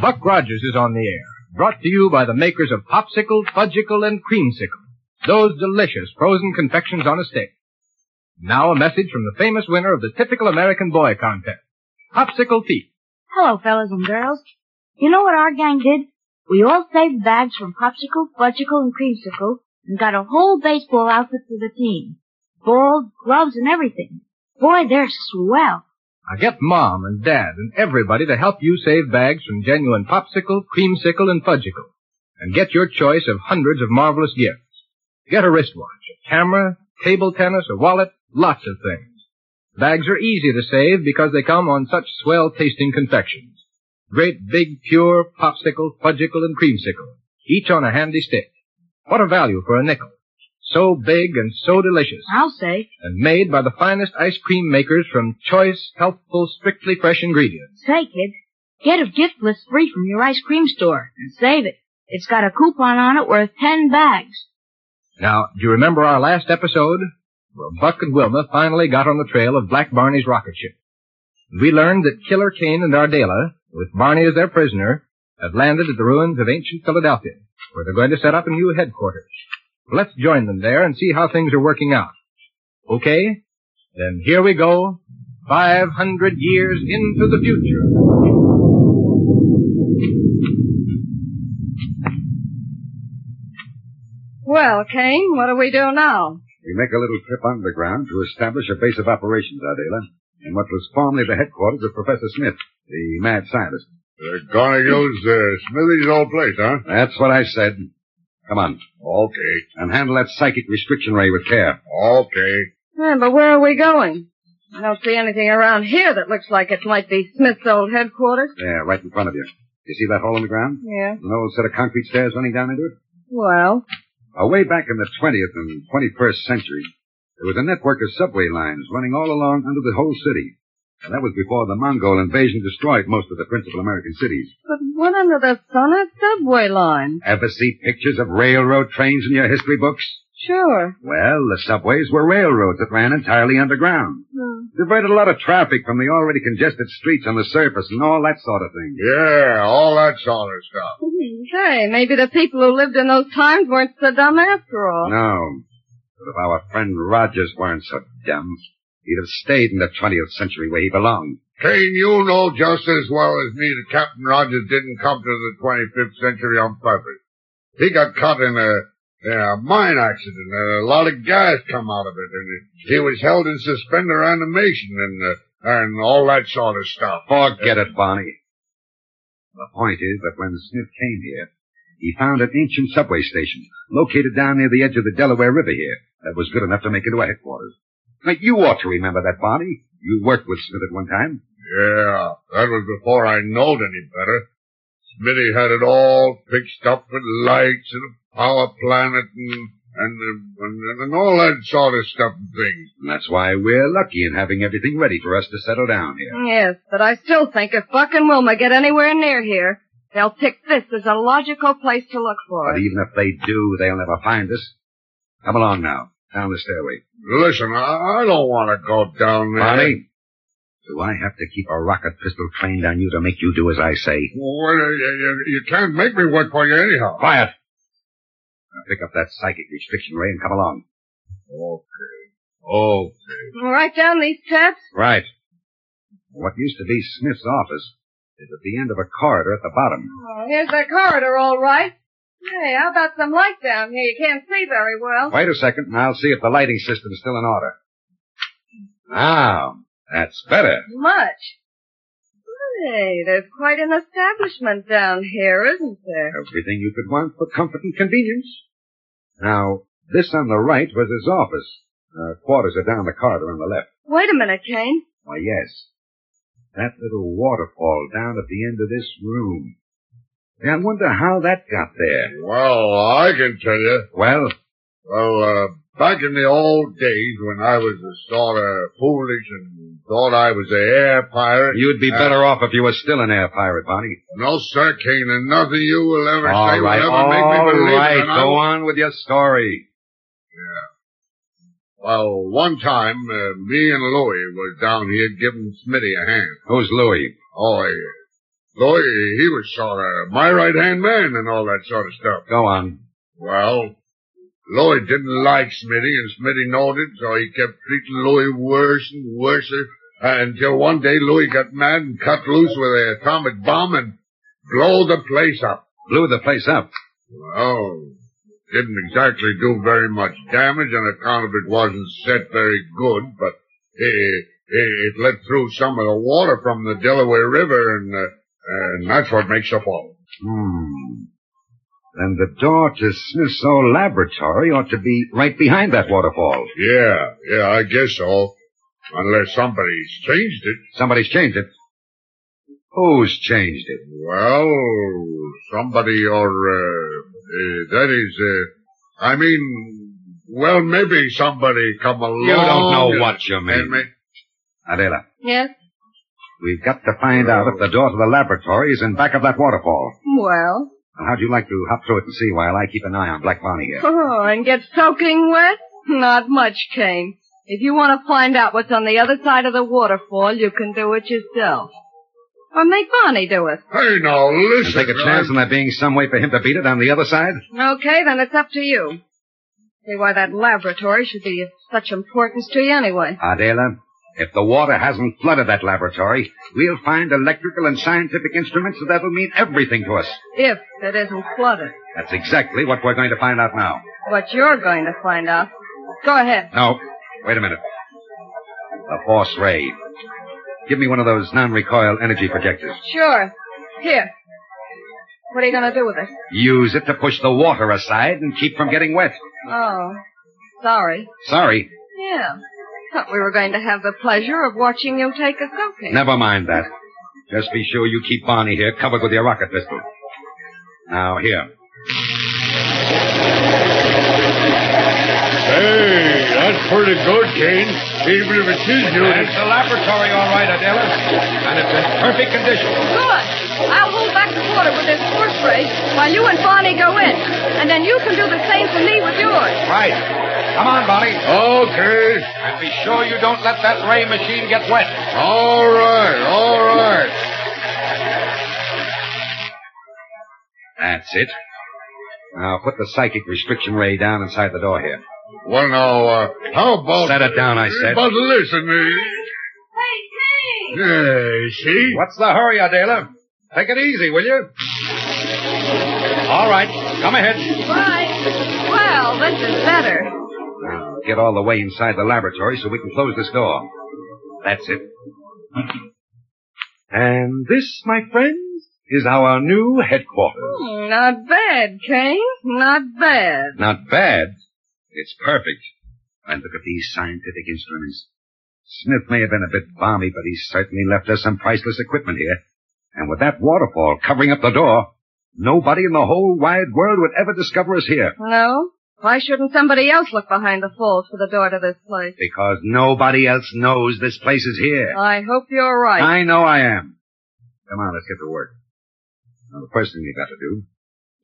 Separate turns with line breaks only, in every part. Buck Rogers is on the air, brought to you by the makers of Popsicle, Fudgicle, and Creamsicle, those delicious frozen confections on a stick. Now a message from the famous winner of the typical American boy contest, Popsicle Pete.
Hello, fellas and girls. You know what our gang did? We all saved bags from popsicle, fudgicle, and creamsicle, and got a whole baseball outfit for the team. Balls, gloves, and everything. Boy, they're swell.
Now get Mom and Dad and everybody to help you save bags from genuine Popsicle, Creamsicle, and Fudgicle, and get your choice of hundreds of marvelous gifts. Get a wristwatch, a camera, table tennis, a wallet, lots of things. Bags are easy to save because they come on such swell tasting confections. Great big pure popsicle, fudgicle, and creamsicle, each on a handy stick. What a value for a nickel. So big and so delicious,
I'll say.
and made by the finest ice cream makers from choice, healthful, strictly fresh ingredients.
Say, kid, get a gift list free from your ice cream store and save it. It's got a coupon on it worth ten bags.
Now, do you remember our last episode? Where Buck and Wilma finally got on the trail of Black Barney's rocket ship. We learned that Killer Kane and Ardela, with Barney as their prisoner, have landed at the ruins of ancient Philadelphia, where they're going to set up a new headquarters. Let's join them there and see how things are working out. Okay? Then here we go, 500 years into the future.
Well, Kane, what do we do now?
We make a little trip underground to establish a base of operations, Ardela, in what was formerly the headquarters of Professor Smith, the mad scientist.
They're gonna use uh, Smithy's old place, huh?
That's what I said. Come on,
Okay.
and handle that psychic restriction ray with care.
Okay.
Yeah, Eh, but where are we going? I don't see anything around here that looks like it might be Smith's old headquarters.
There, right in front of you. You see that hole in the ground?
Yeah.
An old set of concrete stairs running down into it?
Well,
Uh, way back in the 20th and 21st century, there was a network of subway lines running all along under the whole city. And that was before the Mongol invasion destroyed most of the principal American cities.
but what under the sun is subway line?
Ever see pictures of railroad trains in your history books?
Sure.
Well, the subways were railroads that ran entirely underground. Diverted a lot of traffic from the already congested streets on the surface and all that sort of thing.
Yeah, all that sort of stuff.
Say, maybe the people who lived in those times weren't so dumb after all.
No. But if our friend Rogers weren't so dumb, he'd have stayed in the 20th century where he belonged.
Kane, you know just as well as me that Captain Rogers didn't come to the 25th century on purpose. He got caught in a, in a mine accident, and a lot of gas come out of it, and he was held in suspender animation and, uh, and all that sort of stuff.
Forget it, Barney. The point is that when Smith came here, he found an ancient subway station located down near the edge of the Delaware River here that was good enough to make into a headquarters. Now, you ought to remember that, Barney. You worked with Smith at one time.
Yeah, that was before I knowed any better. Smitty had it all fixed up with lights and a power planet and and, uh, and and all that sort of stuff and things.
And that's why we're lucky in having everything ready for us to settle down here.
Yes, but I still think if Buck and Wilma get anywhere near here, they'll pick this as a logical place to look for.
But
it.
even if they do, they'll never find us. Come along now, down the stairway.
Listen, I, I don't want to go down there.
Barney, do I have to keep a rocket pistol trained on you to make you do as I say?
Well, you, you, you can't make me work for you anyhow.
Quiet! Now pick up that psychic restriction ray and come along.
Okay. Oh,
Right down these steps?
Right. What used to be Smith's office is at the end of a corridor at the bottom.
Oh, here's the corridor, all right. Hey, how about some light down here? You can't see very well.
Wait a second, and I'll see if the lighting system's still in order. Now, that's better.
Much. Hey, there's quite an establishment down here, isn't there?
Everything you could want for comfort and convenience. Now, this on the right was his office. Uh, quarters are down the corridor on the left.
Wait a minute, Kane.
Why, yes.
That little waterfall down at the end of this room. I wonder how that got there.
Well, I can tell you.
Well,
Well, uh, back in the old days when I was a sort of foolish and thought I was a air pirate.
you'd be
uh,
better off if you were still an air pirate, Barney.
No, sir, Kane, and nothing you will ever say
All right,
will ever make me
all
believe it.
right.
and I
Go on with your story.
Well, one time, uh, me and Louie was down here giving Smitty a hand.
Who's Louis?
Oh, yeah. Louie, he was sort of my right-hand man and all that sort of stuff.
Go on.
Well, Louie didn't like Smitty, and Smitty knowed it, so he kept treating Louie worse and worse uh, until one day Louie got mad and cut loose with an atomic bomb and blow the place up.
Blew the place up.
Well, didn't exactly do very much damage on account of it wasn't set very good, but it, it, it let through some of the water from the Delaware River, and, uh, and that's what makes the fall.
Hmm. Then the door to Smith's old laboratory ought to be right behind that waterfall.
Yeah, yeah, I guess so. Unless somebody's changed it.
Somebody's changed it. Who's changed it?
Well, somebody or, uh, uh, that is, uh, I mean, well, maybe somebody come along.
You don't know what you
and
mean.
ma-
Adela,
Yes?
we've got to find out if the door to the laboratory is in back of that waterfall.
Well.
Now, how'd you like to hop through it and see while I keep an eye on Black Barney here?
Oh, and get soaking wet? Not much, Kane. If you want to find out what's on the other side of the waterfall, you can do it yourself. Or make Barney do it.
Hey, now,
And
listen.
take a chance on there being some way for him to beat it on the other side?
Okay, then it's up to you. See why that laboratory should be of such importance to you anyway.
Adela, if the water hasn't flooded that laboratory, we'll find electrical and scientific instruments and that'll mean everything to us.
If it isn't flooded.
That's exactly what we're going to find out now.
What you're going to find out. Go ahead.
No, wait a minute. The force ray. Give me one of those non-recoil energy projectors.
Sure. Here. What are you going to do with it?
Use it to push the water aside and keep from getting wet.
Oh, sorry.
Sorry,
Yeah. Thought we were going to have the pleasure of watching you take a soaking.
never mind that. Just be sure you keep Barney here covered with your rocket pistol. Now, here.
Hey, that's pretty good, Kane. Even if it is you.
It's the laboratory, all right, Adela. And it's in perfect condition.
Good. I'll hold back the water with this horse race while you and Barney go in. And then you can do the same for me with yours.
Right. Come on, Barney.
Okay.
And be sure you don't let that ray machine get wet.
All right, all right.
That's it. Now, put the psychic restriction ray down inside the door here.
Well, now, uh, how about...
Set it down, I said.
But listen, uh,
Hey, Kane!
yeah, see?
What's the hurry, Adela? Take it easy, will you? All right, come ahead.
Right. Well, this is better.
Now, get all the way inside the laboratory so we can close this door. That's it. And this, my friends, is our new headquarters.
Hmm, Not bad, Kane. Not bad.
Not bad. It's perfect. And look at these scientific instruments. Smith may have been a bit balmy, but he certainly left us some priceless equipment here. And with that waterfall covering up the door, nobody in the whole wide world would ever discover us here.
No? Why shouldn't somebody else look behind the folds for the door to this place?
Because nobody else knows this place is here.
I hope you're right.
I know I am. Come on, let's get to work. Now, the first thing we got to do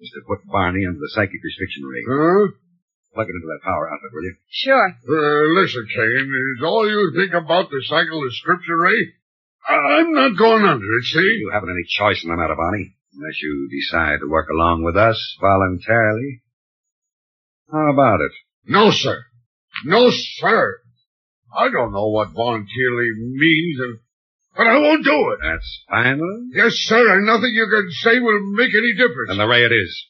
is to put Barney under the psychic restriction ring.
Huh?
Plug it into that power outlet, will you?
Sure.
Uh, listen, Kane, is all you think about the cycle of scripture, Ray? I- I'm not going under it, see?
You haven't any choice in the matter, Barney, unless you decide to work along with us voluntarily. How about it?
No, sir. No, sir. I don't know what voluntarily means, and, but I won't do it.
That's final?
Yes, sir, and nothing you can say will make any difference.
And the ray it is.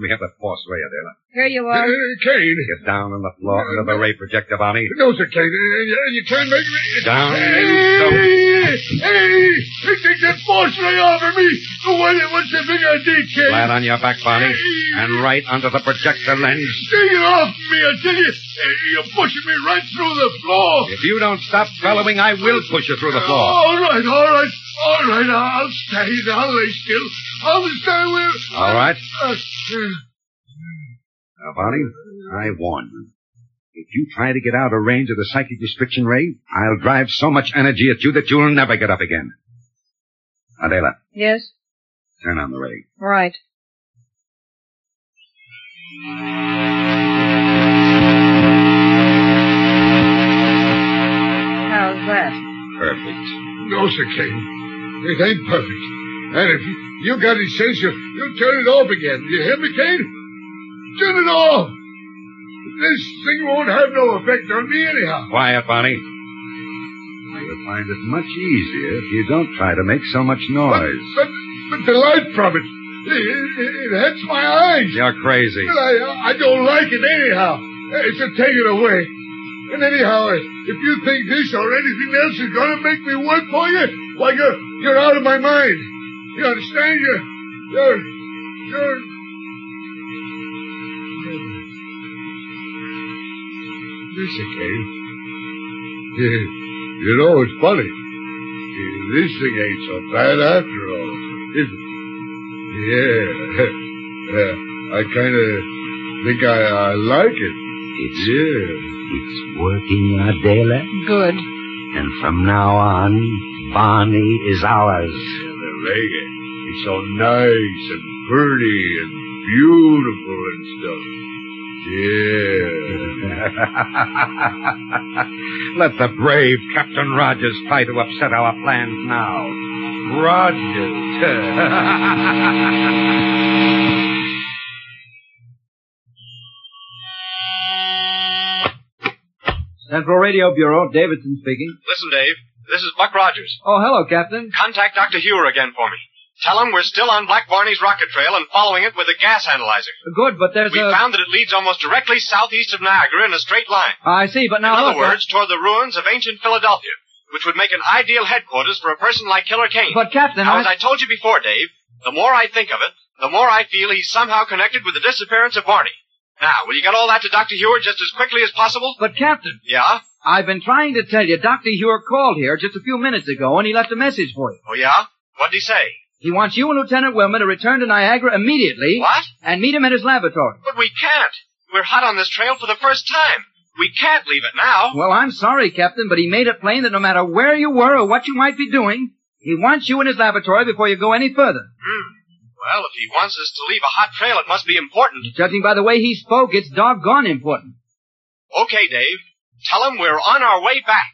We have the force ray, Adela.
Here you
Uh,
are.
Kane.
Get down on the floor
Uh,
under the ray projector, Barney.
No, sir, Kane. Uh, You you can't make me.
Down.
Hey, hey, hey,
think they're forcefully over me. What, what's the big idea, kid?
Flat on your back, Barney, and right under the projector lens.
Take it off me, I tell you. You're pushing me right through the floor.
If you don't stop bellowing, I will push you through the floor.
All right, all right, all right. I'll stay. I'll lay still. I'll stay where...
All right?
Uh,
Now, Barney, I warn you. If you try to get out of range of the psychic restriction ray, I'll drive so much energy at you that you'll never get up again. Adela,
Yes?
turn on the ray.
Right. How's that?
Perfect.
No, Sir King. It ain't perfect. And if you, you got any sense, you, you'll turn it off again. You hear me, Kane? Turn it off! This thing won't have no effect on me anyhow.
Quiet, Barney. You'll find it much easier if you don't try to make so much
But,
noise.
but, but the light from it, it, it, it hurts my eyes.
You're crazy.
Well, I, I don't like it anyhow. Uh, It's a take it away. And anyhow, uh, if you think this or anything else is going to make me work for you, why, you're, you're out of my mind. You understand? You're, you're, you're... Listen, Kane. You, you know, it's funny. This thing ain't so bad after all. Is it? Yeah. yeah. I kind of think I, I like it.
It's,
Yeah.
it's working, Adela.
Good.
And from now on, Barney is ours.
The reggae. It's so nice and pretty and beautiful and stuff. Yeah.
Let the brave Captain Rogers try to upset our plans now. Rogers.
Central Radio Bureau, Davidson speaking.
Listen, Dave. This is Buck Rogers.
Oh, hello, Captain.
Contact Dr. Hewer again for me. Tell him we're still on Black Barney's rocket trail and following it with a gas analyzer.
Good, but uh, there's
We
a.
found that it leads almost directly southeast of Niagara in a straight line.
I see, but now
in other
look,
words, toward the ruins of ancient Philadelphia, which would make an ideal headquarters for a person like Killer Kane.
But Captain,
Now,
I...
as I told you before, Dave, the more I think of it, the more I feel he's somehow connected with the disappearance of Barney. Now, will you get all that to Dr. Hewer just as quickly as possible?
But Captain,
Yeah?
I've been trying to tell you, Doctor Hewer called here just a few minutes ago, and he left a message for you.
Oh, yeah? What'd he say?
He wants you and Lieutenant Wilmer to return to Niagara immediately
What?
and meet him at his laboratory.
But we can't. We're hot on this trail for the first time. We can't leave it now.
Well, I'm sorry, Captain, but he made it plain that no matter where you were or what you might be doing, he wants you in his laboratory before you go any further.
Well, if he wants us to leave a hot trail, it must be important.
Judging by the way he spoke, it's doggone important.
Okay, Dave. Tell him we're on our way back.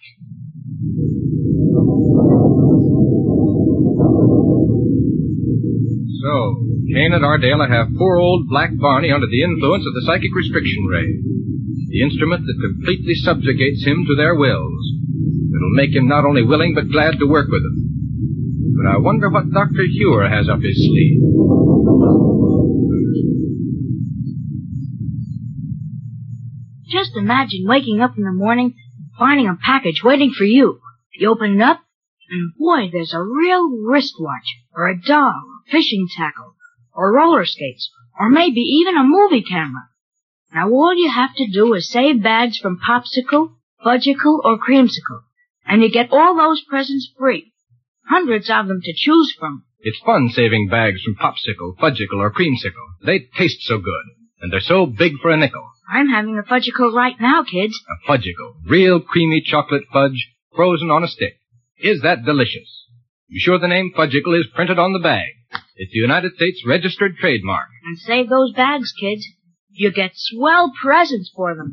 So, Kane and Ardala have poor old Black Barney under the influence of the psychic restriction ray, the instrument that completely subjugates him to their wills. It'll make him not only willing but glad to work with them. But I wonder what Dr. Hewer has up his sleeve.
Just imagine waking up in the morning and finding a package waiting for you. You open it up, and boy, there's a real wristwatch, or a doll, a fishing tackle, or roller skates, or maybe even a movie camera. Now all you have to do is save bags from popsicle, fudgicle, or creamsicle, and you get all those presents free. Hundreds of them to choose from.
It's fun saving bags from popsicle, fudgicle, or creamsicle. They taste so good, and they're so big for a nickel.
I'm having a fudgicle right now, kids.
A fudgicle, real creamy chocolate fudge, frozen on a stick. Is that delicious? Be sure the name fudgicle is printed on the bag. It's the United States registered trademark.
And save those bags, kids. You get swell presents for them.